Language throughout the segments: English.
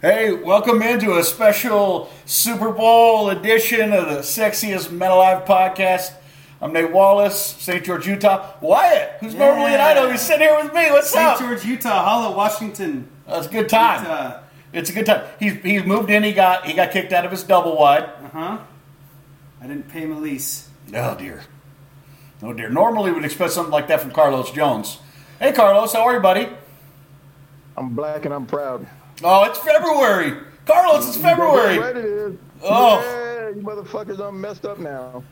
Hey, welcome into a special Super Bowl edition of the Sexiest Men Alive podcast. I'm Nate Wallace, St. George, Utah. Wyatt, who's normally in Yeah. Idaho, he's sitting here with me. What's St. up? George, Utah, Hollow, Washington. That's a good time. Utah. It's a good time. He's, he's moved in. He got he got kicked out of his double wide. Uh huh. I didn't pay my lease. Oh dear. Oh dear. Normally we'd expect something like that from Carlos Jones. Hey Carlos, how are you, buddy? I'm black and I'm proud. Oh, it's February. Carlos, it's You better February. get ready, it is. Oh. Yeah, you motherfuckers, I'm messed up now.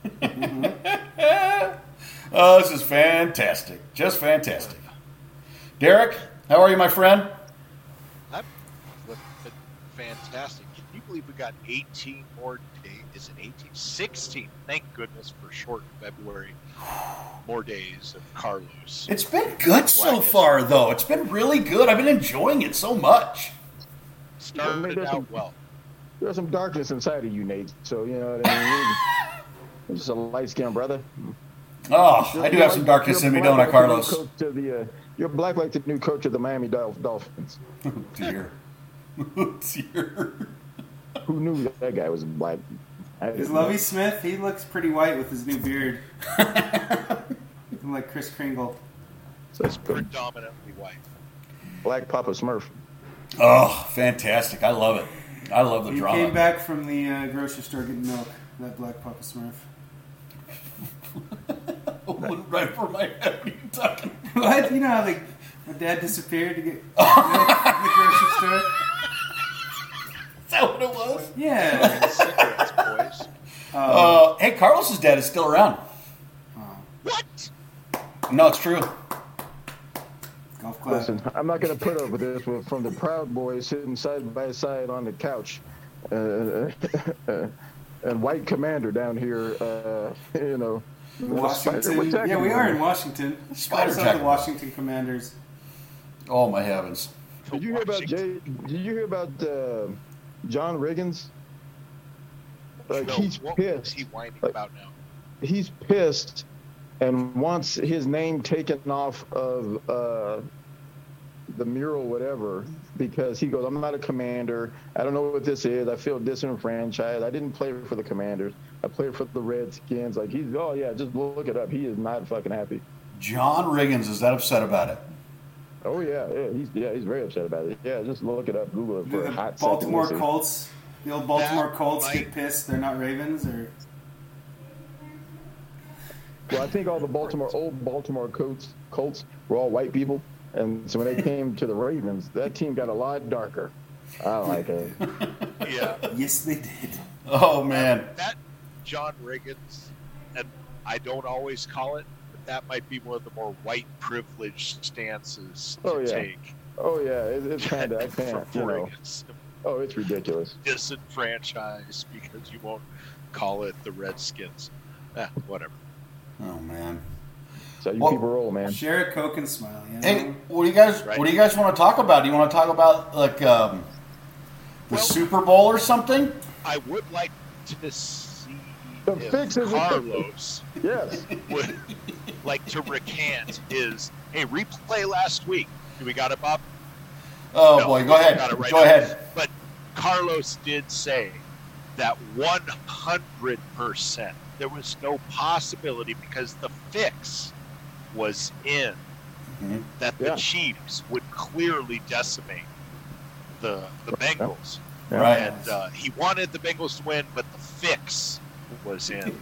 Oh, this is fantastic. Just fantastic. Derek, how are you, my friend? That looked fantastic. Can you believe we got 18 more days? Is it 18? 16. Thank goodness for short February. More days of Carlos. It's been good so far, though. It's been really good. I've been enjoying it so much. Started out well. There's some darkness inside of you, Nate. So you know what I mean. I'm just a light skinned brother. Oh, I do have some darkness You're in me, black don't I, like Carlos? the new coach of the, uh, you're black like the new coach of the Miami Dol- Dolphins. Oh, dear. Oh, dear. Who knew that, that guy was black? I didn't Is know. Lovey Smith? He looks pretty white with his new beard. Looking like Chris Kringle. So it's good. Predominantly white. Black Papa Smurf. Oh, fantastic. I love it. I love the He drama. came back from the uh, grocery store getting milk. That black Papa Smurf. right over my head. What are you talking about? What? You know how they, my dad disappeared to get milk from the grocery store? Is that what it was? Yeah. Um, And cigarettes, boys. Uh, hey, Carlos's dad is still around. What? No, it's true. Golf club. Listen, I'm not going to put up with this with- from the Proud Boys sitting side by side on the couch, uh, and White Commander down here. Uh, you know, Washington. Yeah, we are in Washington. Spider Shout out to Tech. the Washington Commanders. Oh, my heavens. Did you hear about Jay, Did you hear about uh, John Riggins? Like No, he's what was pissed. he whining Like, about now? he's pissed and wants his name taken off of uh, the mural, whatever, because he goes, I'm not a commander. I don't know what this is. I feel disenfranchised. I didn't play for the commanders. I played for the Redskins. Like, he's, oh, yeah, just look it up. He is not fucking happy. John Riggins is that upset about it. Oh, yeah. Yeah, he's, yeah, he's very upset about it. Yeah, just look it up. Google it for a The hot second. Baltimore Listen. Colts. The old Baltimore That Colts get might- pissed. They're not Ravens or Well, I think all the Baltimore old Baltimore Colts Colts were all white people, and so when they came to the Ravens, that team got a lot darker. I like it. Yeah. yes, they did. Oh, man. That John Riggins, and I don't always call it, but that might be one of the more white privilege stances to Oh, yeah. take. Oh yeah, it, it's kind of I can't. for You know. Riggins. Oh, it's ridiculous. disenfranchised because you won't call it the Redskins. Eh, whatever. Oh, man. So you Well- people roll, man. Share a Coke and smile. You know? Hey, what do you guys? What do you guys want to talk about? Do you want to talk about like um, the Well- Super Bowl or something? I would like to see The if fix is- Carlos Yes. would like to recant his hey replay last week. Do we got it, Bob? Oh No, boy, we go don't ahead. got it right go now. ahead. But Carlos did say that one hundred percent there was no possibility because the fix was in Mhm. that Mm-hmm. the Yeah. Chiefs would clearly decimate the the Bengals. Yeah. Right. and uh, he wanted the Bengals to win, but the fix was in.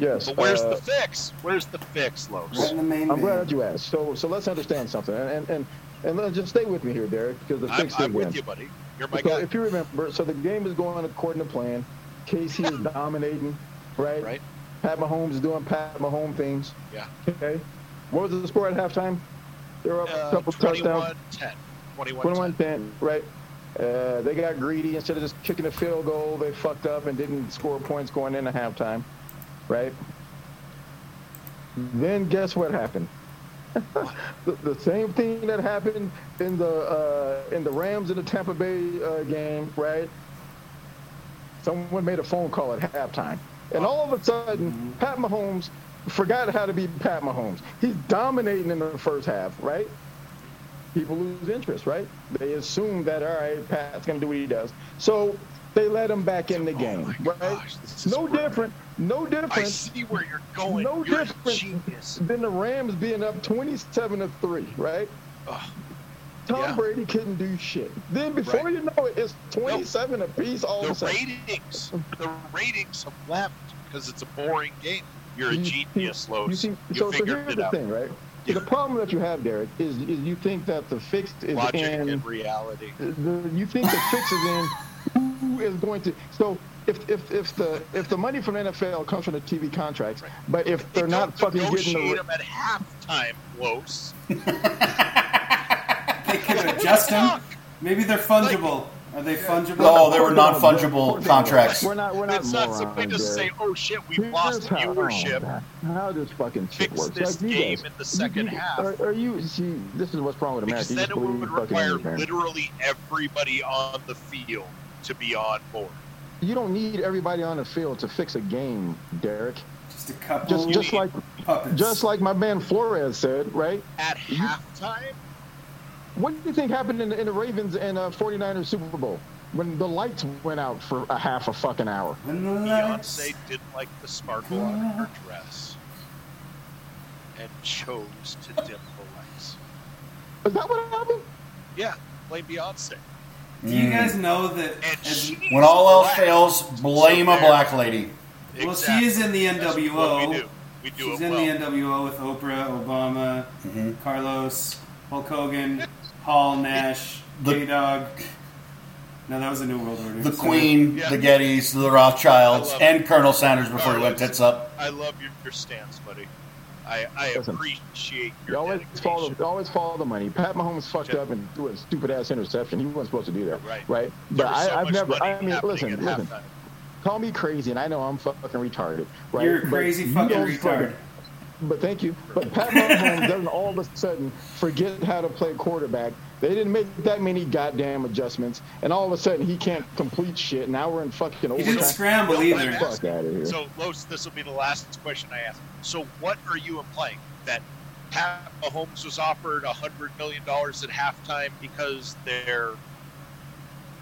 Yes. But where's uh, the fix? Where's the fix, right Los? in the main. man. I'm glad you asked. So so let's understand something, and and and, and let's just stay with me here, Derek, because the I'm, fix I'm did with win. you, buddy. You're my So guy. if you remember, so the game is going according to plan. Casey is dominating, right? Right. Pat Mahomes is doing Pat Mahomes things. Yeah. Okay. What was the score at halftime? They were up a Uh, couple touchdowns. 21 10. 21 10, right? Uh, they got greedy. Instead of just kicking a field goal, they fucked up and didn't score points going into halftime, right? Then guess what happened? the, the same thing that happened in the uh, in the Rams in the Tampa Bay uh, game, right? Someone made a phone call at halftime, and all of a sudden, Pat Mahomes forgot how to be Pat Mahomes. He's dominating in the first half, right? people lose interest, right? They assume that all right, Pat's going to do what he does, so they let him back in the game, Oh my right? gosh, this is no where- different, no I different see where you're going. No you're a difference. genius. than the Rams being up 27 to three, right? Ugh. Tom Yeah. Brady couldn't do shit. Then before Right. you know it, it's 27 apiece all of a the sudden. ratings, the ratings have left because it's a boring game. You're a You see- genius, You Lowe's. see, You, so, so figured here's it the out. thing, right? Yeah. The problem that you have, Derek, is, is you think that the fix is Logic in. and reality. the, you think the fix is in. Who is going to? So if, if if the if the money from the NFL comes from the TV contracts, Right. but if they're not fucking getting the them at halftime, Los. They could adjust them. Maybe they're fungible. Are they fungible? No, Oh, they were non-fungible contracts. we're not we're not It's not morons, simply to Derek. say, "Oh shit, we Here's lost how- oh, viewership." man, how this fucking shit Fix works. this you game guys- in the second you- half. Are, are you see? This is what's wrong with America. Because You then just it would believe fucking require anything. literally everybody on the field to be on board. You don't need everybody on the field to fix a game, Derek. Just a couple Just You just need- like puppets. just like my man Flores said, right? At halftime, What do you think happened in the, in the Ravens and uh, 49ers Super Bowl when the lights went out for a half a fucking hour? When the lights- Beyonce didn't like the sparkle on her dress and chose to dim the lights. Is that what happened? Yeah, blame Beyonce. Do you guys Mm. know that? And as- she Mm. When all else black. fails, blame a So there- black lady. well, she Exactly. is in the That's NWO. what we do. We do She's it in well. the NWO with Oprah, Obama, Mm-hmm. Carlos, Hulk Hogan, Hall, Nash, The- J Dog. No, that was a New World Order. The Sorry. Queen, Yeah. the Gettys, the Rothschilds, I love it. and Colonel Sanders before he went Carlos. tits up. I love your, your stance, buddy. I, I Listen, appreciate You your always dedication. follow, you always follow the money. Pat Mahomes fucked Yeah. up and threw a stupid ass interception. He wasn't supposed to do that, Right. right? There But was I, so I've much never. money I mean, happening listen, at listen. halftime. Call me crazy, and I know I'm fucking retarded, right? You're a But crazy you fucking don't fucking- retard. But thank you. But Pat Mahomes doesn't all of a sudden forget how to play quarterback. They didn't make that many goddamn adjustments, and all of a sudden he can't complete shit. Now we're in fucking He didn't overtime. scramble Well, either. I'm Fuck out of here. So, Los, this will be the last question I ask. So, what are you implying? That Pat Mahomes was offered $100 million at halftime because their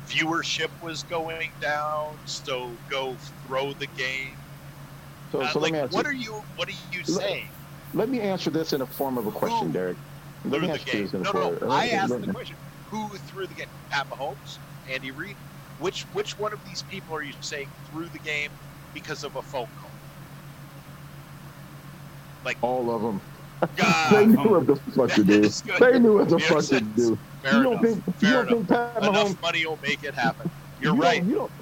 viewership was going down, so go throw the game? So, Uh, so let like, me ask what you. are you What are you saying? Let me answer this in a form of a question, Who Derek. Let Threw me the answer game. this in a No, form. no, I asked let- the question. Who threw the game? Pat Mahomes? Andy Reid? Which, which one of these people are you saying threw the game because of a phone call? All of them. God. They knew what the fuck to do. Uh, oh. That's good. They knew what the Makes fuck to sense. do. Fair you don't enough. think Fair you don't think enough. Pat Mahomes Enough money will make it happen. You're you right. Don't, you don't.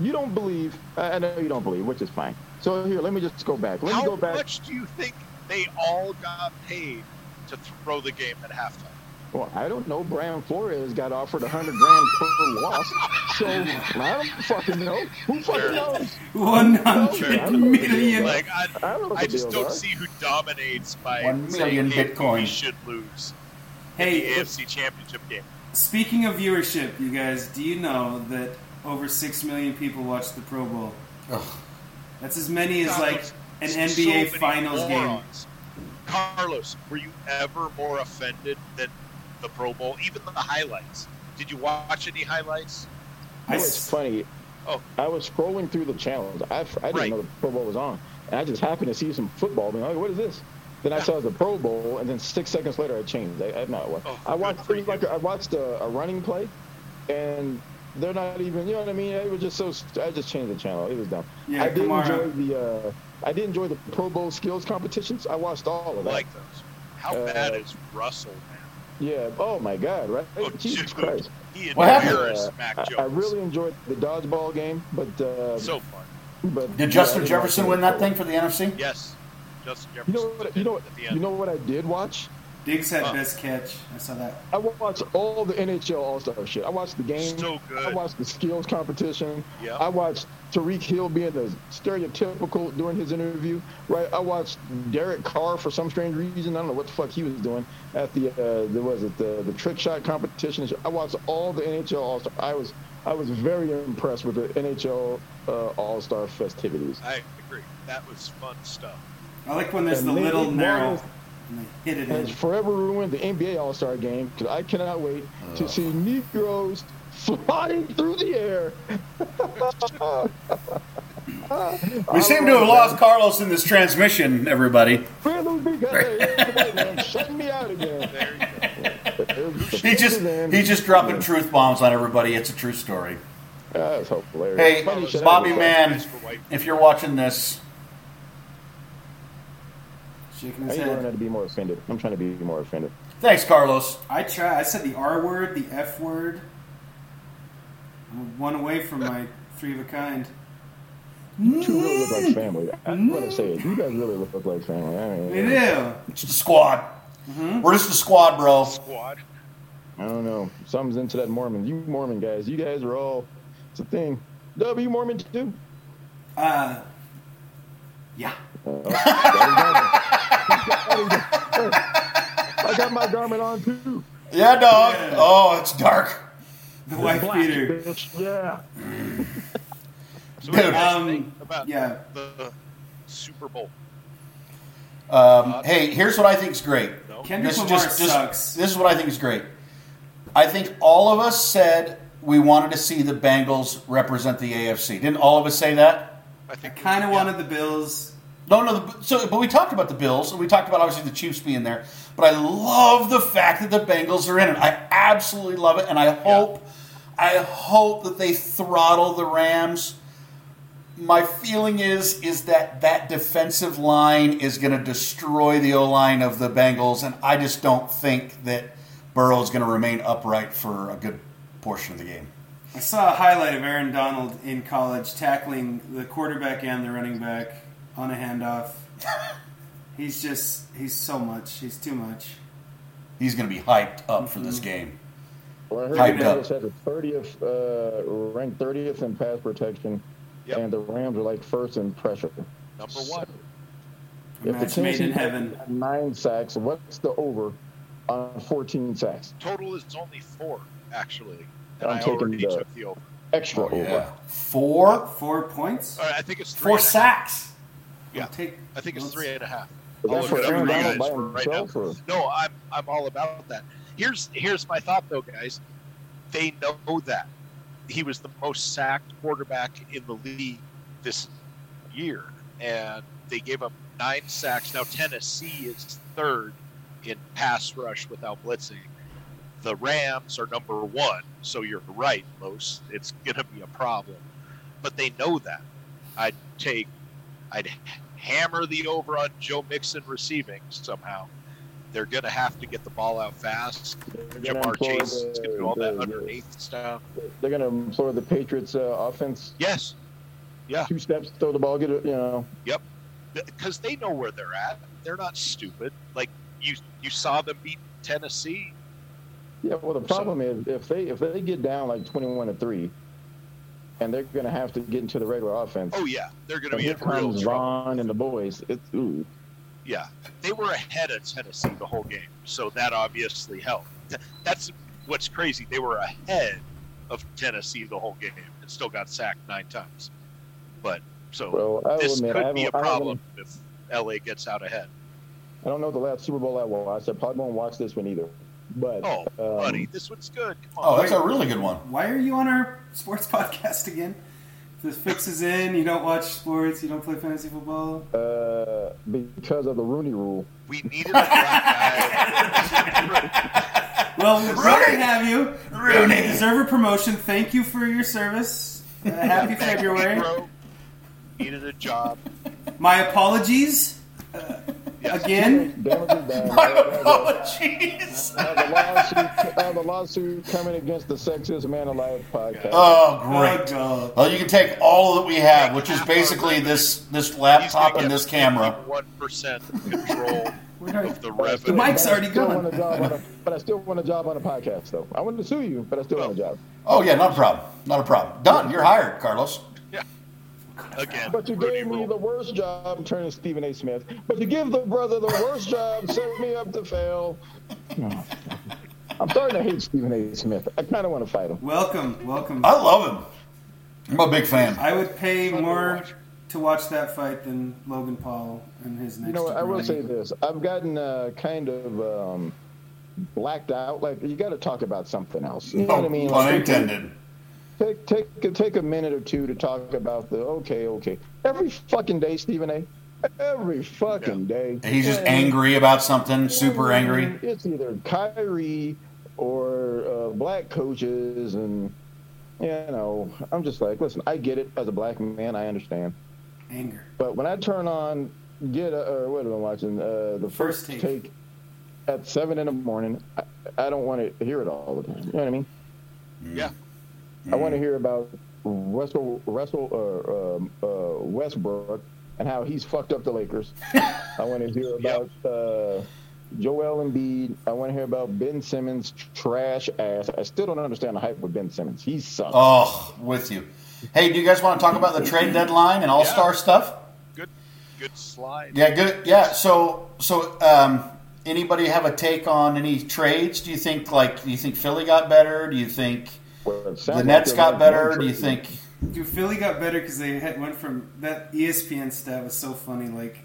You don't believe. uh, I I know you don't believe, which is fine. So here, let me just go back. Let How me go back. much do you think they all got paid to throw the game at halftime? Well, I don't know. Brian Flores got offered a hundred grand per loss. So I don't fucking know. Who Fair fucking enough. knows? One Sure. hundred million. Like I, I don't know. What I the just deals don't are. see who dominates by One saying, million hey, Bitcoin. We should lose the Hey, AFC Championship game. speaking of viewership, you guys, do you know that over six million people watched the Pro Bowl? Ugh. That's as many as God, like an so NBA many Finals game. morons. Carlos, were you ever more offended than the Pro Bowl? Even the highlights. Did you watch any highlights? I You know, it's s- funny. Oh. I was scrolling through the channels. I, I didn't Right. know the Pro Bowl was on, and I just happened to see some football. Being like, what is this? Then I Yeah. saw the Pro Bowl, and then six seconds later, I changed. I, I, no, it wasn't. Oh, I good watched. for It was you. like I watched a, a running play, and they're not even. You know what I mean? It was just so. st- I just changed the channel. It was dumb. Yeah, I did Kamara. enjoy the. Uh, I did enjoy the Pro Bowl skills competitions. I watched all of that. like those. How Uh, bad is Russell, man? yeah. Oh my God! Right? Oh, Jesus dude. Christ! He What happened? embarrassed Uh, Mac I, Jones. I really enjoyed the dodgeball game, but uh, so fun. but Did yeah, I Justin didn't Jefferson watch win the that Pro Bowl. thing for the NFC? Yes, Justin Jefferson. You know what? You know what? at the end. You know what I did watch? Diggs had Huh. best catch. I saw that. I watched all the NHL All Star shit. I watched the game. So good. I watched the skills competition. Yep. I watched Tariq Hill being the stereotypical during his interview. Right. I watched Derek Carr for some strange reason. I don't know what the fuck he was doing at the uh, the was it the the trick shot competition. I watched all the NHL All Star. I was I was very impressed with the NHL uh, All Star festivities. I agree. That was fun stuff. I like when there's And the maybe little one narrow. is- and they hit it has in. forever ruined the NBA All Star game because I cannot wait Oh. to see Negroes flying through the air. We seem to have lost Carlos in this transmission, everybody. Really, because shutting me out again. There you go. He just he's just dropping truth bombs on everybody. It's a true story. That's hilarious. Hey, Funny shit. Bobby Man, if you're watching this, Shaking I his ain't learning head. to be more offended. I'm trying to be more offended. thanks, Carlos. I try. I said the R word, the F word. I'm one away from my three of a kind. Two really look Mm. like family. I'm gonna say it. You guys really look like family. I They mean, do. It's the squad. We're just the squad, bro. Squad. I don't know. Something's into that Mormon. You Mormon guys, you guys are all. It's a thing. Dub, you Mormon too? Uh, yeah. I got my garment on too. Yeah, dog. Yeah. Oh, it's dark. The wife beater. Yeah. So what do you Dude. guys Um, think about Yeah. the Super Bowl? Um, hey, here's what I think is great. No? Kendrick Lamar sucks. This is what I think is great. I think all of us said we wanted to see the Bengals represent the AFC. Didn't all of us say that? I I think kind of yeah. wanted the Bills. No, no. The, so, but we talked about the Bills, and we talked about obviously the Chiefs being there. But I love the fact that the Bengals are in it. I absolutely love it, and I hope, I hope that they throttle the Rams. My feeling is is that that defensive line is going to destroy the O line of the Bengals, and I just don't think that Burrow is going to remain upright for a good portion of the game. I saw a highlight of Aaron Donald in college tackling the quarterback and the running back on a handoff. he's just, he's so much. He's too much. He's going to be hyped up for Mm-hmm. this game. Well, I heard Hyped the up. Bengals had the 30th, uh, ranked 30th in pass protection, Yep. and the Rams are like first in pressure. number one. A match made in heaven. had nine sacks, what's the over on 14 sacks? Total is only four, actually. And I'm i taking already the- took the over. Oh, Extra over. Four, Four points? Uh, I think it's three. four and a half. sacks. Yeah. I'll take- I think it's let's- three and a half. Is that I'll Oh, look for it up Aaron for you Donald by guys right now. himself? Or? No, I'm I'm all about that. Here's here's my thought though, guys. They know that he was the most sacked quarterback in the league this year, and they gave up nine sacks. Now Tennessee is third in pass rush without blitzing. The Rams are number one, so you're right, Los. It's gonna be a problem, but they know that. I'd take, I'd hammer the over on Joe Mixon receiving somehow. They're going to have to get the ball out fast. They're gonna Jamar employ Chase is going to do all the- that the- underneath stuff. They're going to employ the Patriots' uh, offense. Yes, Two steps, throw the ball, get it, you know. because they know where they're at. They're not stupid. Like you, you saw them beat Tennessee. Yeah, well, the problem is if they if they get down like 21 to three, and they're going to have to get into the regular offense. Oh yeah, they're going to and be here in real comes trouble. Vaughn and the boys. It's ooh. Yeah, they were ahead of Tennessee the whole game, so that obviously helped. Th- That's what's crazy. They were ahead of Tennessee the whole game and still got sacked nine times. But so Well, I will this admit, I could haven't, be a I haven't- problem if LA gets out ahead. I don't know the last Super Bowl I watched. I probably won't watch this one either. But Oh, um, buddy, this one's good. Come Oh, on. that's a really good one. Why are you on our sports podcast again? This fixes in. You don't watch sports. You don't play fantasy football. uh, because of the Rooney Rule, we needed a black guy. Well, glad to have you. Rooney. Deserve a promotion. Thank you for your service. Uh, happy February. Negro needed a job. My apologies uh, again. damages by My uh, apologies. the, lawsuit, uh, the lawsuit coming against the Sexist Man Alive podcast. Oh, Oh, great. God. Well, you can take all that we have, which is basically this this laptop and this camera. One percent control We're not- of the But I still- revenue. Mike's but I already still gone. want a job on a- But I still want a job on a podcast, though. I wanted to sue you, but I still want a job. Oh yeah, not a problem. Not a problem. Done. You're hired, Carlos. Again, But you Rudy gave me Rule. the worst job, turning to Stephen A. Smith. But you give the brother the worst job, set me up to fail. I'm starting to hate Stephen A. Smith. I kind of want to fight him. Welcome. Welcome. I love him. I'm a big fan. I would pay more to watch that fight than Logan Paul and his next. You know, what, I will running. say this: I've gotten uh, kind of um, blacked out. Like you got to talk about something else. You know Oh, what I mean? Pun Like, intended. take take take a minute or two to talk about the okay, okay. Every fucking day, Stephen A. Every fucking day. He's just Yeah. angry about something, super angry. It's either Kyrie or uh, black coaches, and you know, I'm just like, listen, I get it as a black man, I understand. anger. But when I turn on get uh, or what am I watching? Uh, the First first, Take. take. at seven in the morning. I, I don't want to hear it all the time. You know what I mean? Yeah. I want to hear about Russell Russell or um, uh, Westbrook and how he's fucked up the Lakers. I want to hear about uh, Joel Embiid. I want to hear about Ben Simmons trash ass. I still don't understand the hype with Ben Simmons. He sucks. Oh, with you. Hey, do you guys want to talk about the trade deadline and All Star stuff? Good, good slide. Yeah, good. Yeah, so so um, anybody have a take on any trades? Do you think like do you think Philly got better? Do you think Well, it sounds the like Nets they're got like better? one Do you trade. think? Dude, Philly got better because they had, went from that E ESPN stat was so funny, like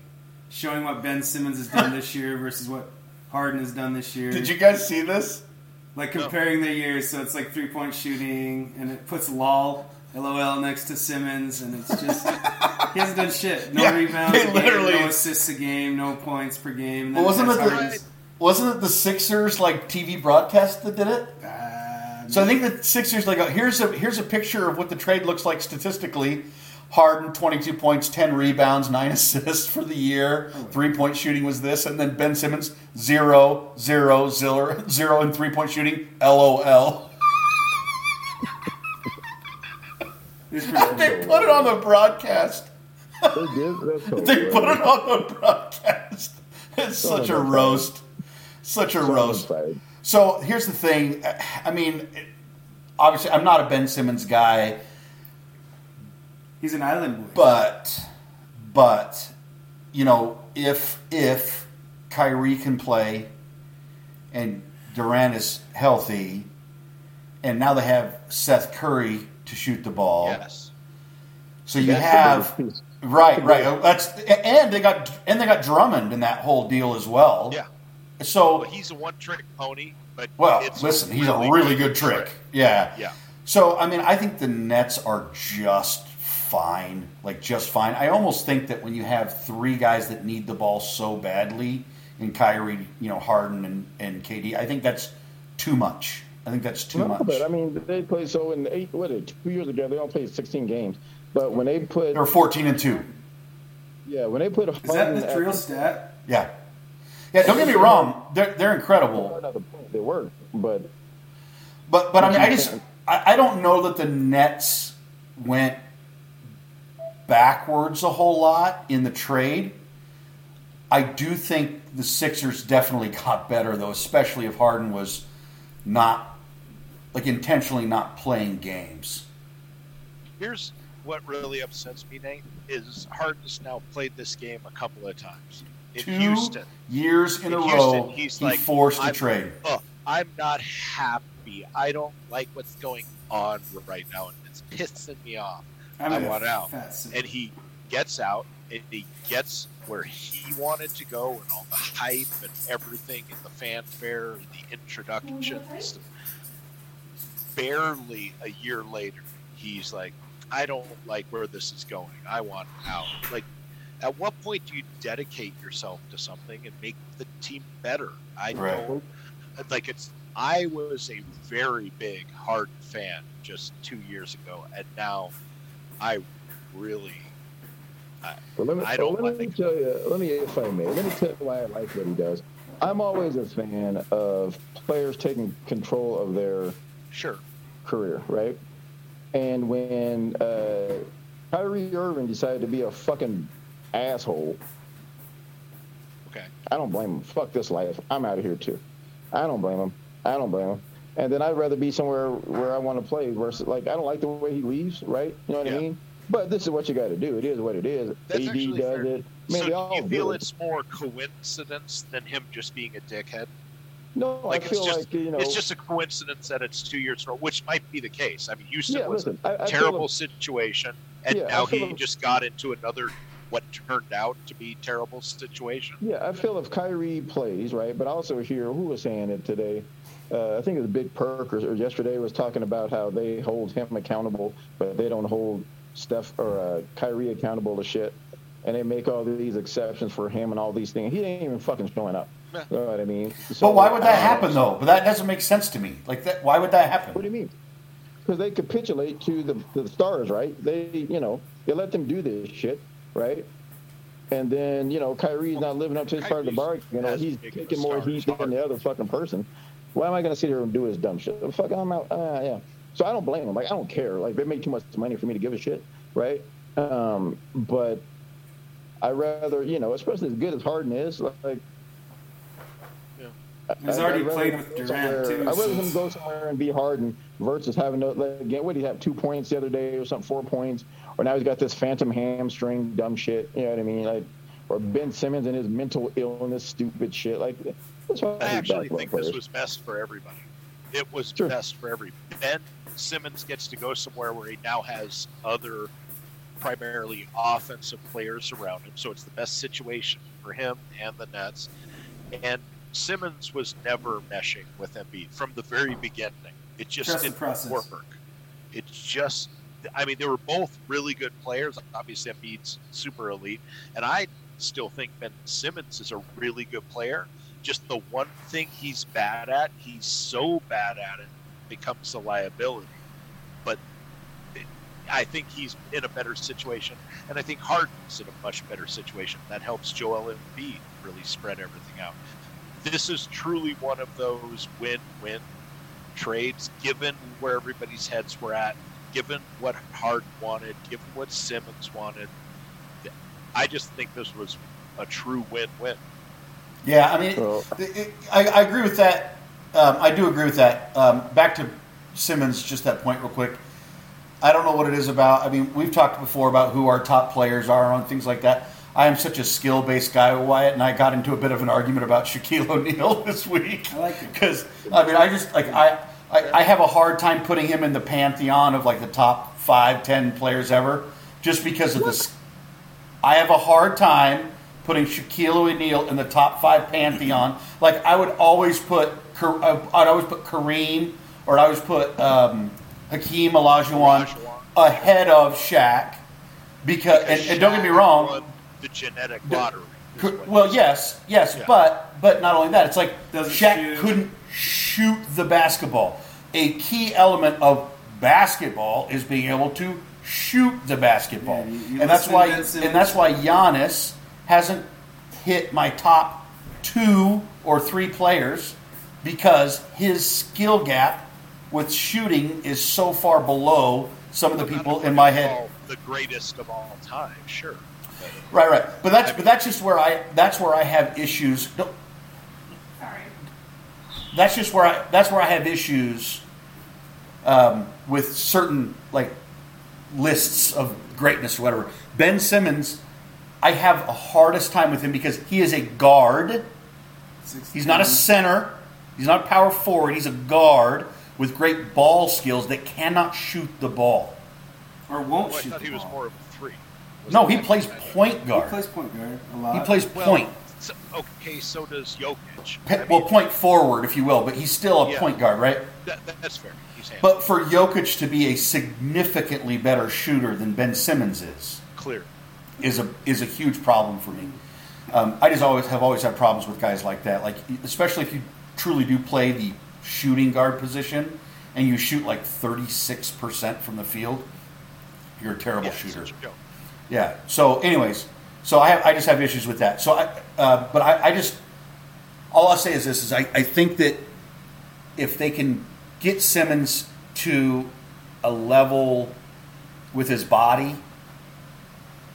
showing what Ben Simmons has done this year versus what Harden has done this year. Did you guys see this? like Oh. comparing their years? So it's like three point shooting, and it puts lol lol next to Simmons, and it's just he hasn't done shit. No Yeah, rebounds, they a game, literally- no assists a game, no points per game. and Well, then wasn't it Chris the Harden's- wasn't it the Sixers like TV broadcast that did it? Uh, So I think the Sixers like oh, here's a here's a picture of what the trade looks like statistically. Harden, 22 points, 10 rebounds, 9 assists for the year. Three point shooting was this. And then Ben Simmons, zero, zero, zero, zero in three point shooting. LOL. it's pretty- They put it on the broadcast. They did. That's all They right. put it on the broadcast. It's Son such of a a bitch. roast. Such a roast. Right. So here's the thing. I mean, obviously, I'm not a Ben Simmons guy. he's an island boy. But, but, you know, if if Kyrie can play, and Durant is healthy, and now they have Seth Curry to shoot the ball. Yes. So you That's the have biggest piece. right, right. That's and they got and they got Drummond in that whole deal as well. Yeah. So Well, he's a one-trick pony, but well, it's listen, he's a really good trick. Yeah. Yeah. So I mean, I think the Nets are just fine, like just fine. I almost think that when you have three guys that need the ball so badly, and Kyrie, you know, Harden and and KD, I think that's too much. I think that's too No, much. but I mean, they played so in eight, what, is it, two years ago, they only played 16 games. But when they put, They're fourteen and two. yeah, when they put a Is that the real stat? Yeah. Yeah. Don't get me wrong. They're they're incredible. They work, but But but I mean, I just I, I don't know that the Nets went backwards a whole lot in the trade. I do think the Sixers definitely got better though, especially if Harden was not like intentionally not playing games. Here's what really upsets me, Nate, is Harden's now played this game a couple of times in Two Houston. years in, In a Houston, row, he's he like, forced a I'm- trade. Oh, I'm not happy. I don't like what's going on right now, and it's pissing me off. I'm I a want out. fat son. And he gets out, and he gets where he wanted to go, and all the hype and everything, and the fanfare, and the introductions. Barely a year later, he's like, "I don't like where this is going. I want out." Like, at what point do you dedicate yourself to something and make the team better? I Right. don't like it's I was a very big hard fan just two years ago, and now I really Well, let me, I don't let me like- tell you. Let me, if I may, let me tell you why I like what he does. I'm always a fan of players taking control of their sure career, right? And when uh, Kyrie Irving decided to be a fucking asshole, okay I don't blame him. Fuck this life. I'm out of here too. I don't blame him. I don't blame him. And then I'd rather be somewhere where I want to play versus like I don't like the way he leaves, right? You know what Yeah. I mean? But this is what you got to do. It is what it is. That's AD actually does fair. it. Man, so they do all you feel do it. it's more coincidence than him just being a dickhead No, Like I it's feel just like you know. it's just a coincidence that it's two years from, which might be the case. I mean, Houston yeah, was listen, I- I a feel terrible like- situation, and Yeah, I now feel he like- just got into another what turned out to be terrible situation. Yeah, I feel if Kyrie plays, right? But I also hear who was saying it today. Uh, I think it was Big Perk or, or yesterday was talking about how they hold him accountable, but they don't hold Steph or uh, Kyrie accountable to shit. And they make all these exceptions for him and all these things. He ain't even fucking showing up. Yeah. You know what I mean? So, But why would I that don't know. happen though? But that doesn't make sense to me. Like that, why would that What happen? do you mean? Because they capitulate to the, to the stars, right? They, you know, they let them do this shit, right? And then, you know, Kyrie's not living up to his part of the Kyrie's bargain. You know, as he's big of a taking more star heat as than the other fucking person. Why am I going to sit here and do his dumb shit? Fuck, I'm out. Uh, yeah. So I don't blame him. Like, I don't care. Like, they make too much money for me to give a shit, right? Um, but I rather, you know, especially as good as Harden is, like, He's I'd- already I'd rather played him with go Durant, somewhere- too, I'd rather so- him go somewhere and be Harden versus having to like, again. What did he have? Two points the other day or something? Four points? Or now he's got this phantom hamstring dumb shit. You know what I mean? Like, or Ben Simmons and his mental illness stupid shit. Like, that's why I hate actually basketball think players. this was best for everybody. It was Sure. best for every. Ben Simmons gets to go somewhere where he now has other primarily offensive players around him, so it's the best situation for him and the Nets. And Simmons was never meshing with Embiid from the very beginning. It just Trust the didn't process. work. It's just, I mean, they were both really good players. Obviously, Embiid's super elite, and I still think Ben Simmons is a really good player. Just the one thing he's bad at, he's so bad at it, becomes a liability. But it- I think he's in a better situation, and I think Harden's in a much better situation. That helps Joel Embiid really spread everything out. This is truly one of those win-win trades, given where everybody's heads were at, given what Harden wanted, given what Simmons wanted. I just think this was a true win-win. Yeah, I mean, Well- it- it- I, I agree with that. Um, I do agree with that. Um, back to Simmons, just that point real quick. I don't know what it is about. I mean, we've talked before about who our top players are and things like that. I am such a skill based guy, Wyatt, and I got into a bit of an argument about Shaquille O'Neal this week. I like it. because I mean, I just like I, I I have a hard time putting him in the pantheon of like the top five, ten players ever, just because of this. I have a hard time putting Shaquille O'Neal in the top five pantheon. Like I would always put, Ka- I'd always put Kareem, or I always put um, Hakeem Olajuwon Olajuwon. ahead of Shaq. Because, and, and don't get me wrong, Won the genetic lottery. is Cou- what- Well, yes, yes, Yeah. but but not only that, it's like Doesn't Shaq shoot. couldn't shoot the basketball. A key element of basketball is being able to shoot the basketball, Yeah, you- you and that's listen to why Ben Simmons. and that's why Giannis hasn't hit my top two or three players because his skill gap with shooting is so far below some of the people in my head. All The greatest of all time, sure. But Right, right. But that's but that's just where I that's where I have issues. No, Sorry. that's just where I that's where I have issues um, with certain like lists of greatness or whatever. Ben Simmons, I have a hardest time with him because he is a guard. He's not a Mm-hmm. center. He's not a power forward. He's a guard with great ball skills that cannot shoot the ball. or won't oh, I shoot. thought the he was ball. more of a three. Was No, that he what plays you meant? point He guard. plays point guard a lot. He plays uh, Well, point. so- okay, so does Jokic. Pe- I mean, well, point forward, if you will, but he's still a Yeah. point guard, right? that, that's fair. He's handsome, But for Jokic to be a significantly better shooter than Ben Simmons is, clear. is a is a huge problem for me. Um, I just always have always had problems with guys like that. Like especially if you truly do play the shooting guard position and you shoot like thirty six percent from the field, you're a terrible Yeah, it's shooter. a joke. Yeah. So, anyways, so I have, I just have issues with that. So I, uh, but I, I just all I'll say is this: is I, I think that if they can get Simmons to a level with his body,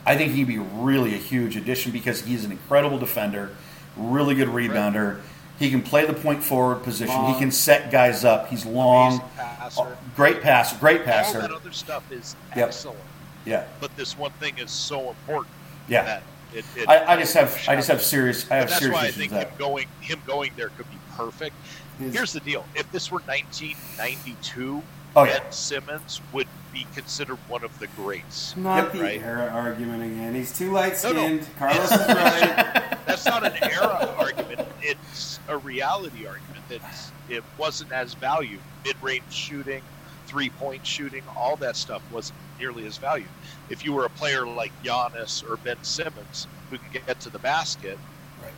I think he'd be really a huge addition because he's an incredible defender, really good rebounder. He can play the point forward position. He Long. can set guys up. He's long, Amazing passer. great passer, great All that passer. other stuff is Yep. excellent, Yeah, but this one thing is so important. yeah. That it, it I, I just have I just have serious I have That's serious why I issues with think him that. going him going there could be perfect. His- Here's the deal: if this were 1992, Oh, yeah. Ben Simmons would be considered one of the greats. Not Yep, the right. era argument again. He's too light No, no. skinned. Carlos is right. That's not an era argument; it's a reality argument that it wasn't as valued. Mid-range shooting, three-point shooting, all that stuff wasn't nearly as valued. If you were a player like Giannis or Ben Simmons who could get to the basket, Right.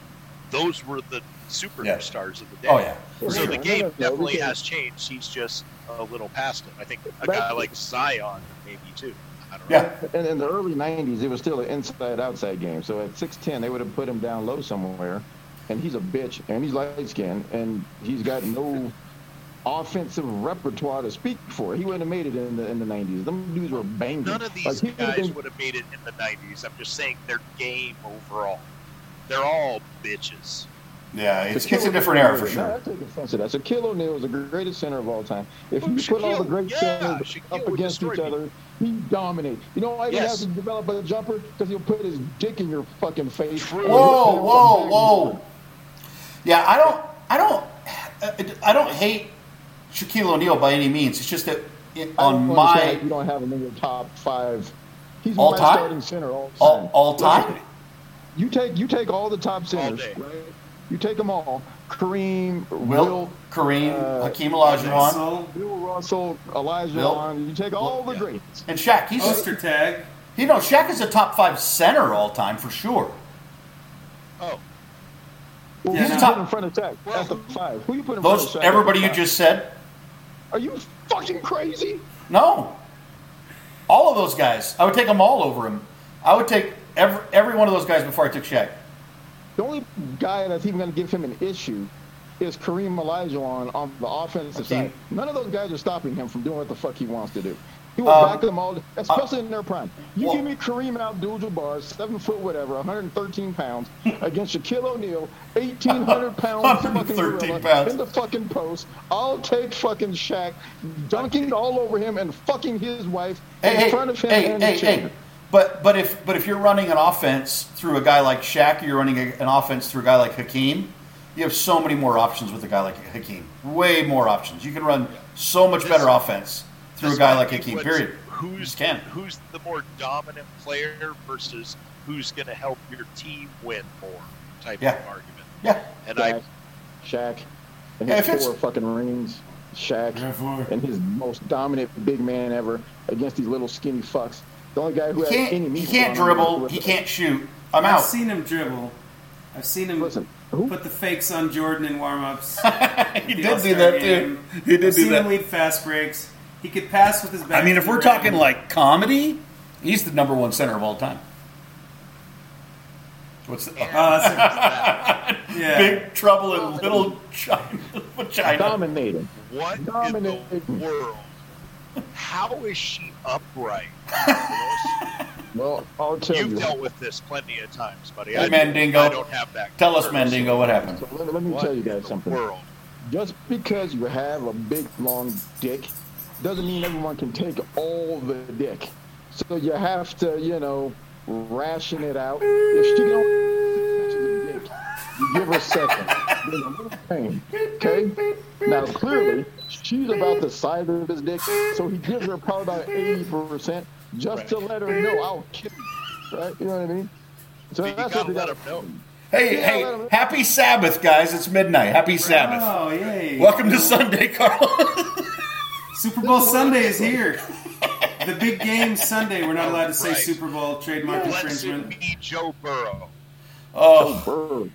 those were the superstars of the day. Oh yeah. For So sure. the No, game no, no, we definitely can- has changed. He's just a little past it. I think a Back guy to- like Zion maybe too. I don't know. Yeah. And in the early 90s, it was still an inside outside game. So at 6'10, they would have put him down low somewhere. And he's a bitch. And he's light skinned. And he's got no offensive repertoire to speak for. He wouldn't have made it in the in the 90s. Them dudes were banging. None Like, of these he would have guys been- would have made it in the '90s. I'm just saying their game overall. They're all bitches. Yeah, it's, Shaquille it's a different era for O'Neal. No, sure. I take offense to that. Shaquille O'Neal is the greatest center of all time. If Well, you put all the Shaquille- great yeah, centers Shaquille up would against destroy each other, he dominates. You know why he Yes. has to develop a jumper? Because he'll put his dick in your fucking face. Whoa, whoa, whoa. Yeah, I don't, I don't, I don't hate Shaquille O'Neal by any means. It's just that it, I don't on understand my if you don't have him in your top five. He's All my time? starting center all time. all, all time. You take you take all the top centers. day. Right? You take them all. Kareem, Will, Will, Kareem, uh, Hakeem Olajuwon, Russell, Bill Russell, Elijah. Will. Allen. You take all the yeah. greats. and Shaq. He's Oster tag. you know Shaq is a top five center all time for sure. Oh, Well, Yeah, who no. you put in front of Tech? Well- That's the five. Who you put in Those front of Shaq? everybody you just said. Are you fucking crazy? No, all of those guys. I would take them all over him. I would take every, every one of those guys before I took Shaq. The only guy that's even going to give him an issue is Kareem Olajuwon on the offensive Hakeem. side. None of those guys are stopping him from doing what the fuck he wants to do. He will Um, back them all, especially in their prime. You well- give me Kareem Abdul-Jabbar, seven foot whatever, 113 pounds, against Shaquille O'Neal, 1,800 pounds, fucking 113 gorilla, pounds. in the fucking post. I'll take fucking Shaq, dunking all over him and fucking his wife in hey, front of him hey, and hey, his hey. children. But but if but if you're running an offense through a guy like Shaq, or you're running a, an offense through a guy like Hakeem. You have so many more options with a guy like Hakeem. Way more options. You can run so much better offense through a This guy might like be Hakeem. what's- Period. Who's Just can. who's the more dominant player versus who's going to help your team win more type Yeah. of argument. Yeah. And I Shaq, Shaq, and Yeah, his if it's- four fucking rings, Shaq, Yeah, four. and his most dominant big man ever against these little skinny fucks. The only guy who He has any can't. He meat can't on him dribble. was- He can't shoot. I'm I've out. seen him dribble. I've seen him Listen, who- put the fakes on Jordan in warm ups. He did do that too. He did do I've seen him that. lead fast breaks. He could pass with his back. I mean, to if the we're rim. talking like comedy, he's the number one center of all time. What's the, uh, And- Oh, that's a- yeah. Big Trouble in Little China? China. Dominating. What in Dominating. the world? How is she upright? Well, I'll tell You've you. dealt with this plenty of times, buddy. Hey, I, Mandingo. I don't have that. Tell us, comparison. Mandingo, what happened? So let, let me What tell you in guys the something. World. Just because you have a big long dick doesn't mean everyone can take all the dick. So you have to, you know, ration it out. If she don't dick, you give her second. There's a little pain. Okay? Now clearly she's about the size of his dick, so he gives her probably about eighty percent just to let her know I'll kill you. Right? You know what I mean? So You gotta they let gotta- them know. Hey, Yeah, let hey, him- happy Sabbath, guys. It's midnight. Happy Sabbath. Oh, yay. Welcome to Sunday, Carl. Super Bowl Sunday is here. The big game Sunday. We're not allowed to say Right. Super Bowl trademark Blessed infringement. be Joe Burrow. Oh, Brr.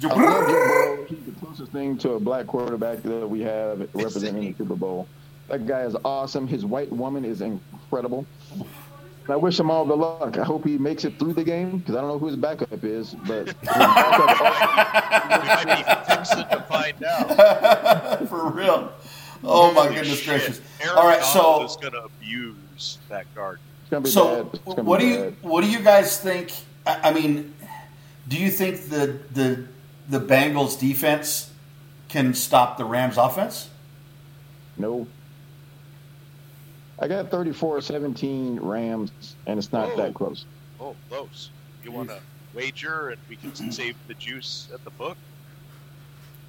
Joe I love Burrow. Joe Burrow. He's the closest thing to a black quarterback that we have representing the Super Bowl. That guy is awesome. His white woman is incredible. And I wish him all the luck. I hope he makes it through the game because I don't know who his backup is, but his backup- We might be fixing to find out. for real. Oh my Holy goodness shit. gracious. Aaron All right, Donald is so going to abuse that guard. it's gonna be so bad. It's gonna be what do you bad. what do you guys think? I, I mean, do you think the the the Bengals defense can stop the Rams offense? No. I got 34-17 Rams, and it's not Whoa. that close. Oh, those. You want to wager and we can save the juice at the book?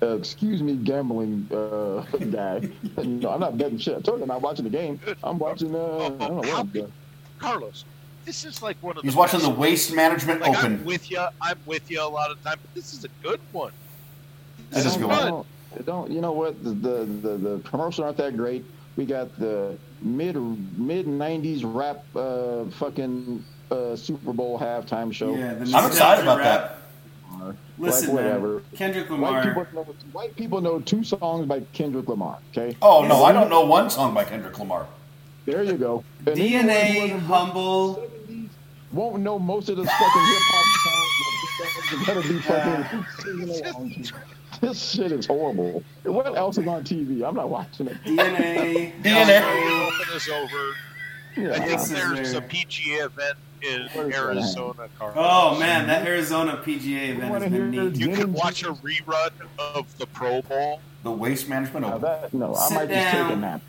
uh, excuse me, gambling uh, guy. you know, I'm not betting shit. I told you I'm not watching the game. I'm watching. Uh, I don't know what I'm doing. Carlos, this is like one of He's the watching best the Waste Management Like I'm Open. with you. I'm with you a lot of the time. But this is a good one. That is a good I one. don't, I don't. You know what? The the, the the commercials aren't that great. We got the mid mid '90s rap uh, fucking uh, Super Bowl halftime show. Yeah, the I'm excited nostalgia about rap. that. Listen, Like, man, whatever. Kendrick White people, Lamar. know, white people know two songs by Kendrick Lamar. Okay. Oh no, I don't know one song by Kendrick Lamar. There you go. And anyone DNA, who wasn't humble. won't know most of the fucking hip hop songs. You better be fucking singing along. This shit is horrible. What else is on TV? I'm not watching it. DNA. DNA. Humble. Open is over. Yeah. I think This is there's a weird. PGA event in What is that? Arizona. Carlos. Oh man, that Arizona PGA event wanna has been hear neat. You could Jennings- watch a rerun of the Pro Bowl. The Waste Management Now Open. that- no, I Sit might just take a down. nap.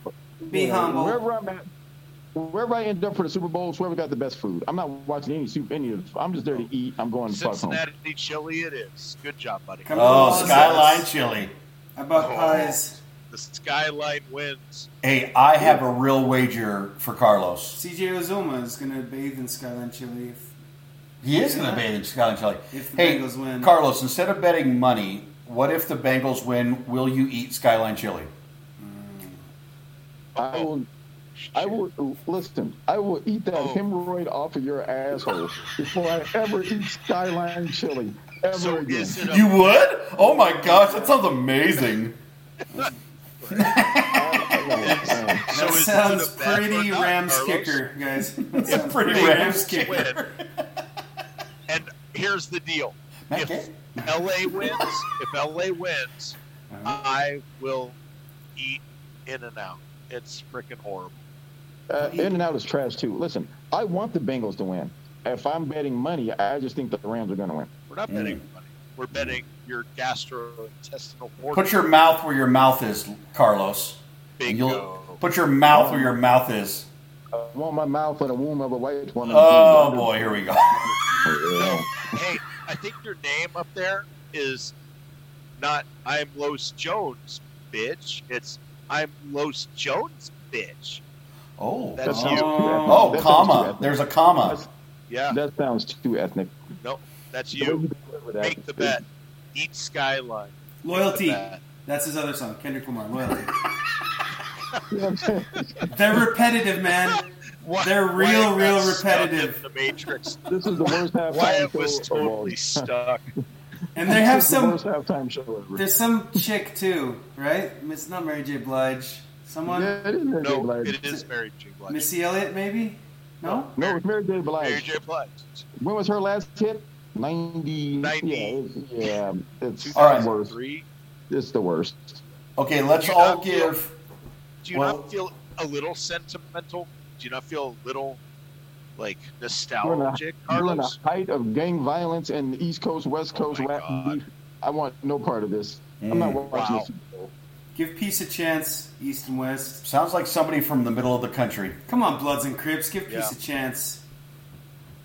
Be Yeah, humble. Wherever I'm at, wherever I end up for the Super Bowl, is wherever got the best food. I'm not watching any soup, any of. I'm just there to eat. I'm going to fuck home. Cincinnati chili, it is. Good job, buddy. Come Oh, on, Skyline Jesus. Chili. I bought Oh. pies. The skyline wins. Hey, I have a real wager for Carlos. CJ Ozoma is gonna bathe in Skyline Chili. If, He is going to bathe in Skyline Chili. If the hey, Bengals win. Carlos, instead of betting money, what if the Bengals win? Will you eat Skyline Chili? I will. I will listen. I will eat that Oh. hemorrhoid off of your asshole before I ever eat skyline chili ever So again. is it a You would? Oh my gosh, that sounds amazing. Uh, so that is it sounds a bad pretty or not, Rams Carlos? kicker, guys. That sounds pretty pretty Rams Rams win? kicker. and here's the deal: Matt Gay? if LA wins, if LA wins, I will eat In and Out. It's freaking horrible. uh, In and out is trash too. Listen, I want the Bengals to win. If I'm betting money, I just think the Rams are going to win. We're not betting money. We're betting your gastrointestinal organ. Put your mouth where your mouth is, Carlos. And bingo. You'll put your mouth where your mouth is. I want my mouth in the womb of a white woman. Oh boy, here we go. Yeah. hey, I think your name up there is not I'm Los Jones, bitch. It's I'm Los Jones, bitch. Oh, That's oh. sounds you. too ethnic. Oh, That sounds too comma. ethnic. There's a comma. Yeah, That sounds too ethnic. no, that's The way you. deliver that Make the is- bet. Eat Skyline. Loyalty. bet. That's his other song, Kendrick Lamar. Loyalty. You know what I'm saying? They're repetitive, man. Why- They're why real, I got real stuck repetitive. in The Matrix. This is the worst halftime Why I show was of all totally stuck. And they have This is some. the worst halftime show ever. There's some chick too, right? It's not Mary J. Blige. Someone, Yeah, it is Mary J. No, Blige. it is Mary J. Blige. Missy Elliott, maybe? No. No, it's Mary J. Blige. Mary J. Blige. When was her last hit? 90. 90. Yeah, it's, yeah, it's All right. the worst. 2003. It's the worst. Okay, let's You uh, all not feel- give. Do you Well- not feel a little sentimental? Do you not feel a little like We're in, a, nostalgic, we're in the Carlos? height of gang violence in the East Coast, West Oh Coast my rap God. beef. I want no part of this. I'm not Mm. watching Wow. this. Super Bowl. Give peace a chance, East and West. Sounds like somebody from the middle of the country. Come on, Bloods and Crips, give peace Yeah. a chance.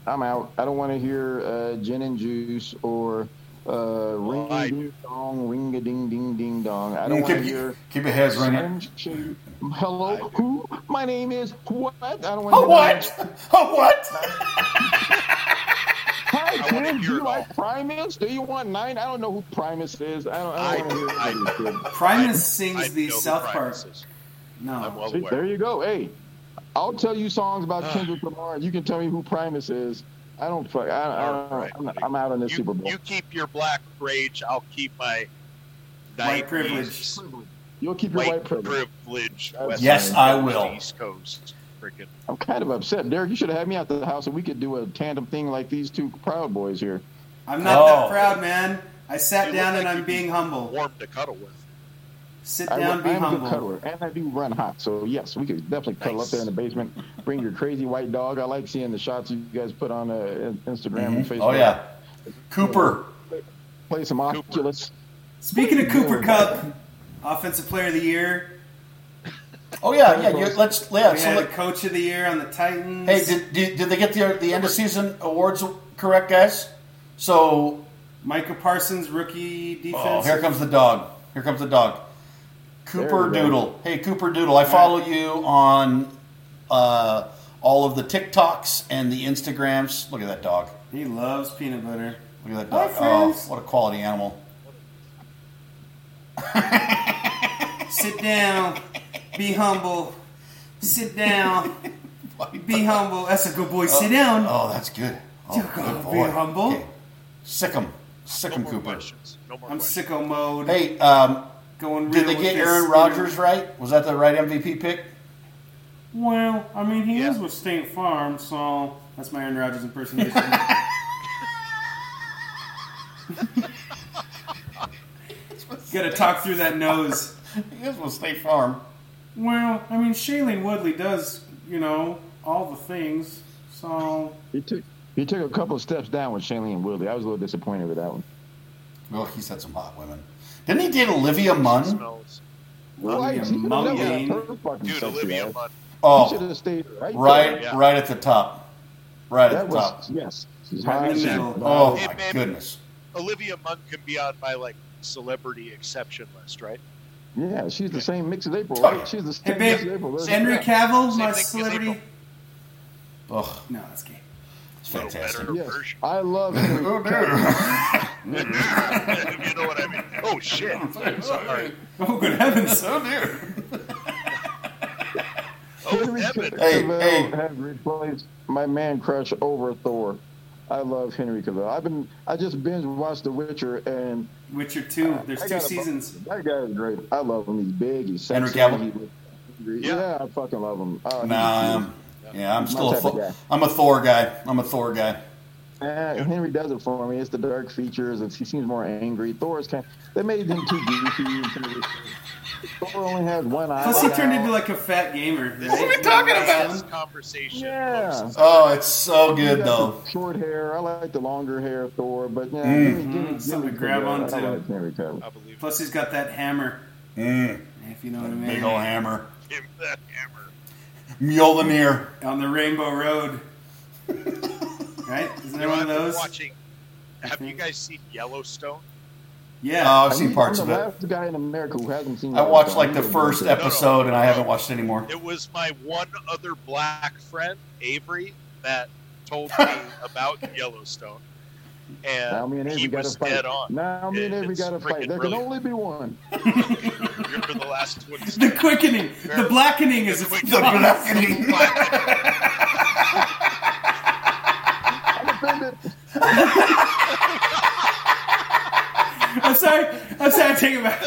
I'm out. I don't want to hear uh, gin and juice or uh, ring I a ding dong, ring a ding ding ding dong. I don't want to keep, hear. keep your heads ringing. Sunshine. Hello, I do. who? My name is what? I don't want to Oh what? Oh what? Hi, I wanna Jim. hear Do you it like Primus? Do you want nine? I don't know who Primus is. I don't, I don't I- want to hear it. Primus I sings know the who South Park. Primus is. I'm No. well See, aware. there you go. Hey, I'll tell you songs about Kendrick Lamar. You can tell me who Primus is. I don't fuck. I, I, don't- All right. I'm, not, I'm out on this you, Super Bowl. you keep your black rage. I'll keep my White privilege. 90s You, will keep your White, white, privilege. privilege. West Yes, Coast, I will. East Coast. Freaking. I'm kind of upset, Derek. You should have had me out to the house, and we could do a tandem thing like these two Proud Boys here. I'm not Oh. that proud, man. I sat You down look and like I'm you'd being be humble. Warm to cuddle with. Sit I, down, am be a good humble. cuddler, and I do run hot. So yes, we could definitely cuddle up there in the basement. Bring your crazy white dog. I like seeing the shots you guys put on uh, in- Instagram and Facebook. Oh yeah, Cooper. play some Oculus. Speaking of Cooper Cup, Offensive Player of the Year. Oh yeah, yeah. you let's yeah. We So had a let, Coach of the Year on the Titans. hey, did, did, did they get the the end of season awards correct, guys? So Micah Parsons, rookie defense. oh, here comes the dog. Here comes the dog. Cooper we go. Doodle. Hey, Cooper Doodle, I follow you on uh, all of the TikToks and the Instagrams. Look at that dog. He loves peanut butter. Look at that Hi, dog. oh, friends. what a quality animal. Sit down. Be humble. Sit down. Be humble. That's a good boy. Sit down. Oh, that's good. Oh, You good gotta be boy. humble. Okay. Sick him. Sick No him, more Cooper. questions. No more I'm questions. sicko mode. Hey, um, Going did real they with get this, you Aaron know. Rodgers right? Was that the right MVP pick? Well, I mean, he Yeah. is with State Farm, so that's my Aaron Rodgers impersonation. Gotta talk through that nose. He is with State Farm. Well, I mean, Shailene Woodley does, you know, all the things. So, He took he took a couple steps down with Shailene Woodley. I was a little disappointed with that one. Well, he's had some hot women. Didn't he date Olivia Munn? Smells. Olivia She could've never Munn. got her fucking Dude, sexy Olivia ass. Munn. She should Oh, have stayed right. right, there. Yeah. right at the top. Right at That the top. was yes. She's Right in high. the She's middle. Oh, Hey, my babe. goodness. Olivia Munn can be on my like celebrity exception list, right? Yeah, she's the same mix as April, Oh, right? yeah. She's the Hey, same mix as babe, April. isn't Henry it? Cavill, Same my thing as celebrity. April. Ugh, No, that's gay. it's Little fantastic. better. Yes, version. I love Henry Oh, Cavill. you know what I mean? Oh shit! dear. Sorry. Oh, good heavens. Oh, dear. Oh, Evan. Hey, Cavill hey. has replaced my man crush over Thor. I love Henry Cavill. I've been I just binge watched The Witcher and Witcher 2. There's I two got a- seasons. that guy is great. I love him. He's big. He's Henry sexy. Cavill? He- Yeah. yeah. I fucking love him. Oh, he's Nah, um, cute. I'm, yeah, I'm My still a type of Thor. guy. I'm a Thor guy. I'm a Thor guy. Eh, Henry does it for me. It's the dark features. It's, he seems more angry. Thor's kind. They made him too goofy. and kind of- Thor only has one eye. Plus, he now. turned into like a fat gamer. Uh, What are we talking about? This conversation. Yeah. Oh, it's so He good got though. Mm. the Short hair. I like the longer hair of Thor, but yeah, Mm-hmm. Something to grab on onto. I like Henry Cavill. I believe Plus, he's got that hammer, Mm, if you know what I mean. big old hammer, him that hammer. Mjolnir. On the Rainbow Road. right? Isn't there one of I've been those? watching. Have you guys seen Yellowstone? Yeah. Oh, I've seen parts I'm of the it. last guy in America who hasn't seen. I that. watched like the I'm first gonna- episode and I haven't watched any more. It was my one other black friend, Avery, that told me about Yellowstone, Now and me and he Avery got was to fight. dead on. Now me and It- Avery it's got to freaking fight. There brilliant. can only be one. You're the last one. The standing. quickening. The blackening is Quick- The blackening. I'm offended. I'm sorry. I'm sorry. I take it back.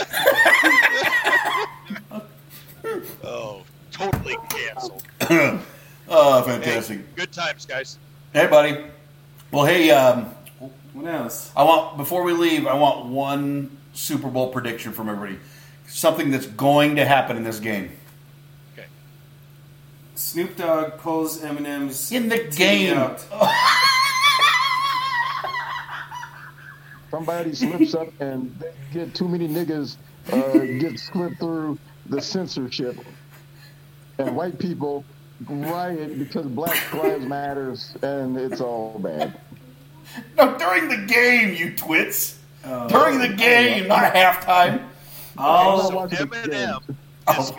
Oh, totally canceled. oh, Hey, fantastic. good times, guys. Hey, buddy. Well, hey, um, What else? I want before we leave, I want one Super Bowl prediction from everybody. Something that's going to happen in this game. Okay. Snoop Dogg pulls Eminem's In the TV game. uh, Oh, out. Somebody slips up and they get too many niggas uh, get slipped through the censorship, and white people riot because Black Lives Matters, and it's all bad. No, during the game, you twits. Oh. during the game, not at halftime. All I'm not watching the Eminem game. is Oh,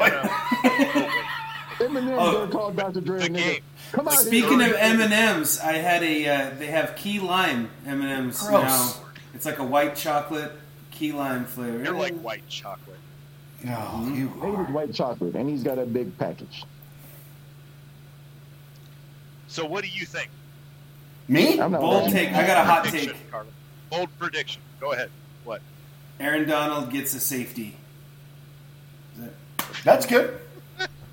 gonna. Eminem Oh, gonna call Dr. Dre a the nigga. game. Come on, Speaking of M and M's, I had a. Uh, they have key lime M and M's Gross. now. It's like a white chocolate key lime flavor. You're like white chocolate. Oh, you Mm-hmm. Hated white chocolate, and he's got a big package. So, what do you think? Me? I'm not bold watching. take. I got a hot prediction, take. Carla. Bold prediction. Go ahead. What? Aaron Donald gets a safety. That's good.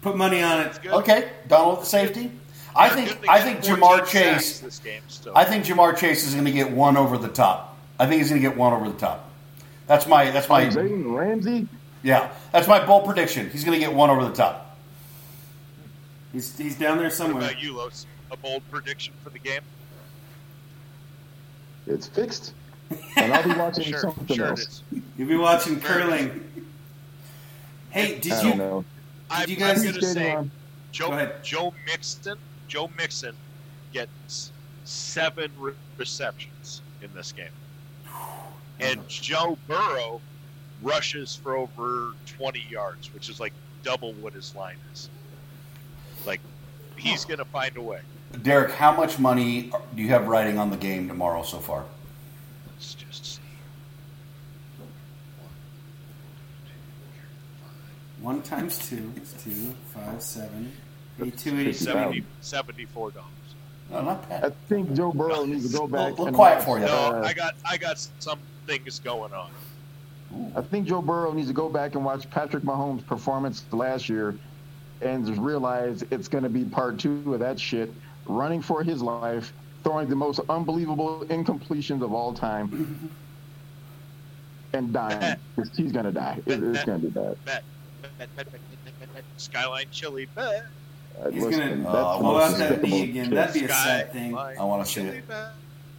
Put money on it. Good. Okay, Donald with the safety. I Good think thing I think they got Jamar 14 sacks Chase. This game, so. I think Jamar Chase is going to get one over the top. I think he's going to get one over the top. That's my that's my Jalen Ramsey. yeah. That's my bold prediction. He's going to get one over the top. He's, he's down there What somewhere. about you, Los? A bold prediction for the game? It's fixed, and I'll be watching Sure, something sure it else. is. You'll be watching curling. Hey, did I you? don't know. I'm, you I'm guys- going to Skating say on. Joe, Go ahead. Joe Mixon. Joe Mixon gets seven re- receptions in this game, and Joe Burrow rushes for over 20 yards, which is like double what his line is. Like, he's going to find a way. Derek, how much money do you have riding on the game tomorrow so far? Let's just see. One, One two, three, five, times two is two, five, seven, eight, two, Fifty eight, thousand. seven. 70, $74. No, not bad. I think Joe Burrow needs to go back. Look and quiet watch, for you. No, uh, I got I got some things going on. I think Joe Burrow needs to go back and watch Patrick Mahomes' performance last year and just realize it's going to be part two of that shit, running for his life, throwing the most unbelievable incompletions of all time, and dying. 'Cause he's going to die. It- it's going to be bad. Bet, bet, bet, bet, bet, bet, bet. Skyline Chili, bet. Uh, He's gonna- listen, that's Oh, I the wanna Blow most out that knee despicable again. shit. That'd be a sad thing. Skyline I wanna see Chili, it. bet.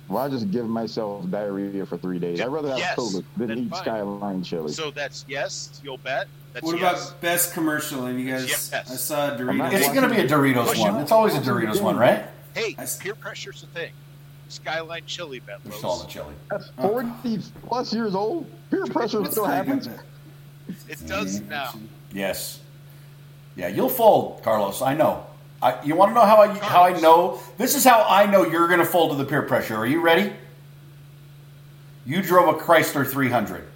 Well, I just give myself diarrhea for three days. I'd rather have Yes, COVID than then eat fine. skyline chili. So that's yes, you'll bet. That's What yes. about best commercial? Have you guys? Yes. I saw I'm not- It's Doritos. going to be a Doritos Push it. one. It's always a Doritos one, right? Hey, I s- peer pressure's a thing. Skyline Chili bet. We're Los. still on the chili. That's 40 plus years old. Peer pressure Let's still not get happens. that. It does Mm-hmm. now. Yes. Yeah, you'll fold, Carlos. I know. I, you want to know how I how I know? This is how I know you're going to fold to the peer pressure. Are you ready? You drove a Chrysler 300.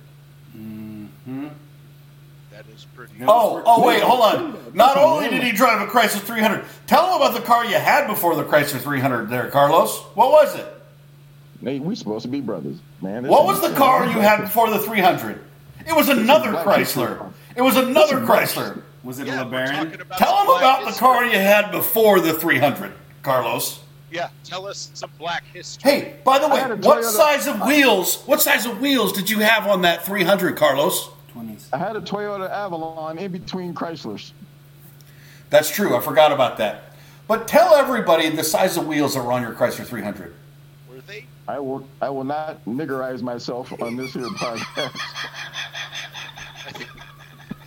That is pretty. No. Oh, oh, wait, hold on. Not only did he drive a Chrysler 300, tell him about the car you had before the Chrysler 300 there, Carlos. What was it? Nate, we supposed to be brothers, man. This What is- was the car you had before the 300? It was another Chrysler. It was another Chrysler. Was it Yeah, a we're LeBaron? talking about Tell some him black about the history. car you had before the 300, Carlos. Yeah, tell us some black history. Hey, by the I way, had a what Toyota- size of wheels? What size of wheels did you have on that 300, Carlos? 20s. I had a Toyota Avalon in between Chryslers. That's true. I forgot about that. But tell everybody the size of wheels that were on your Chrysler 300. Were they? I will I will not niggerize myself on this here podcast. I think.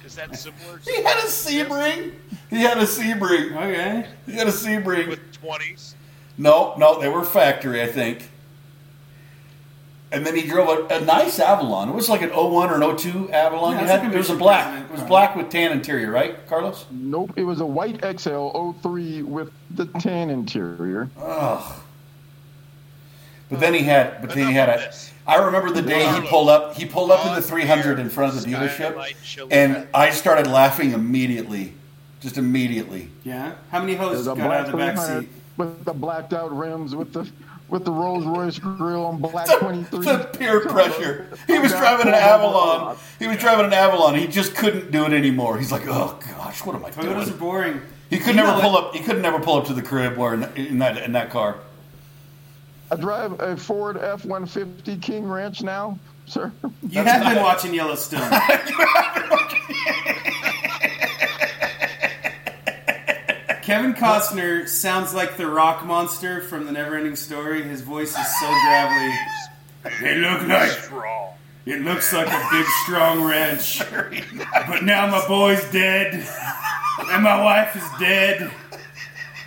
Is that similar? He had a Sebring. He had a Sebring. Okay. He had a Sebring. with twenties. No, no, they were factory, I think. And then he drove a, a nice Avalon. It was like an 01 or an 02 Avalon. Yeah, you it's had, like a it was a Mitsubishi black. President It was car. black with tan interior, right, Carlos? Nope, it was a white XL 03 with the tan interior. Ugh. But then he had, but then he had Enough of a. this. I remember the day he Carlos. pulled up. He pulled up in the On 300 in air, front of the dealership, Skylight Chili and Bet. I started laughing immediately, just immediately. Yeah. How many It hoes was a got out black of the back 300 seat? with the blacked out rims with the with the Rolls Royce grill on black the, 23. the peer pressure. He was Oh, God. driving an Avalon. He was driving an Avalon. He just couldn't do it anymore. He's like, oh gosh, what am I Toyotas are doing? boring. He could You never know pull it. up. He could never pull up to the crib or in, in that in that car. I drive a Ford F 150 King Ranch now, sir. You have been watching Yellowstone. Kevin Costner sounds like the rock monster from the Neverending Story. His voice is so gravelly. It looked like Straw. it looks like a big strong wrench. But now my boy's dead, and my wife is dead,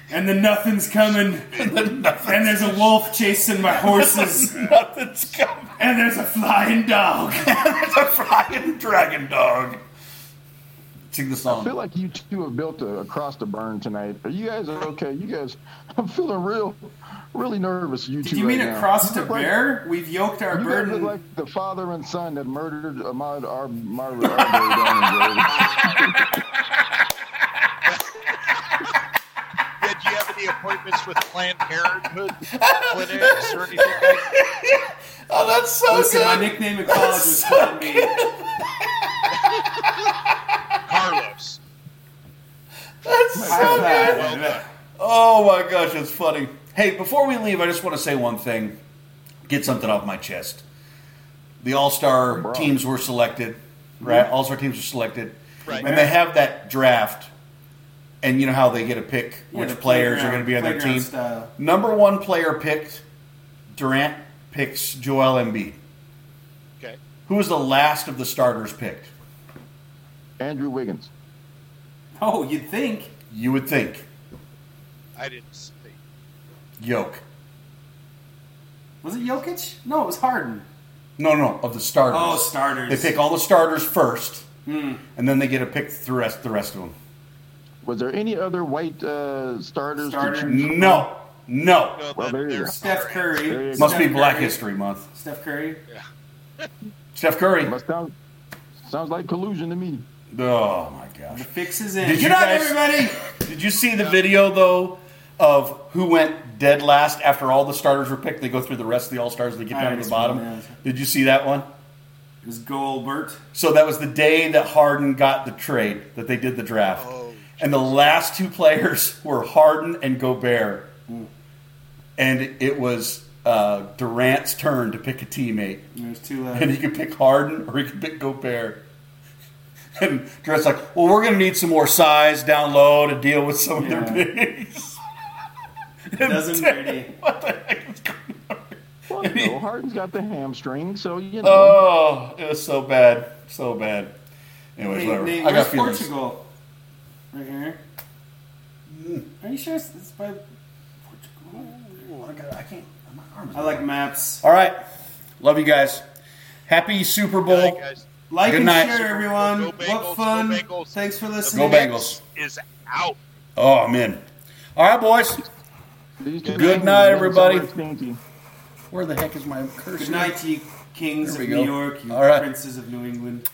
and then nothing's coming. And there's a wolf chasing my horses, Nothing's coming. and there's a flying dog. There's a flying dragon dog. Sing the I song. feel like you two have built a, across the burn tonight. Are you guys okay? You guys, I'm feeling real, really nervous. You two. Do you mean right now. across You to look like- bear? We've yoked our You guys look burden. like the father and son that murdered Ahmad Ar- Mar- Arbery down in Georgia. Did you have any appointments with Planned Parenthood clinics or anything? Like that? Oh, that's so Listen, my good. nickname in college was Cotton Bean. Carlos. That's so I'm good. proud of it. Oh my gosh, that's funny. Hey, before we leave, I just want to say one thing. Get something off my chest. The All Star Bro. teams were selected, right? Mm-hmm. All Star teams were selected, Right. and they have that draft. And you know how they get to pick Yeah, which the players are going playground- to be on their playground team. style. Number one player picked Durant picks Joel Embiid. Okay. Who was the last of the starters picked? Andrew Wiggins. Oh, you'd think. You would think I didn't see. Yoke. Was it Jokic? No, it was Harden. No, no, of the starters. Oh, starters. Hmm. They pick all the starters first, and then they get to pick the rest, the rest of them. Was there any other white uh, starters? to Starter. choose? No, no. No, Well, that- there you they're go. Steph sorry. There you Curry. go. Must be Steph Black Curry. History Month. Steph Curry. Steph Curry. Must sound, sounds like collusion to me. Oh my gosh. Fixes in. Did you not, guys- everybody? Did you see the video though of who went dead last after all the starters were picked? They go through the rest of the all stars. They get I down to the just bottom. wondered. Did you see that one? It was Goldbert. So that was the day that Harden got the trade that they did the draft, Oh, and the last two players were Harden and Gobert, and it was uh, Durant's turn to pick a teammate, There was two uh, and left. he could pick Harden or he could pick Gobert. And Durant's like, well, we're going to need some more size down low to deal with some of Yeah. their bigs. Dozen thirty. What the heck is going on? Well, you know, Harden's got the hamstring, so you know. Oh, it was so bad, so bad. Anyways, Nate, whatever. Nate, I got where's feelings. Portugal? Right here. Hmm. Are you sure it's, it's by Portugal? I can't. My arms. I like maps. All right, love you guys. Happy Super Bowl. hey, guys. Like Good and night. share, everyone. Go Bengals, what go fun! Bengals. Thanks for Go listening. Bengals. Is out. Oh, man. All right, boys. These two Good things night, are everybody. stinky. Where the heck is my cursor? Good night, you kings There of we New go. York, you All right. princes of New England.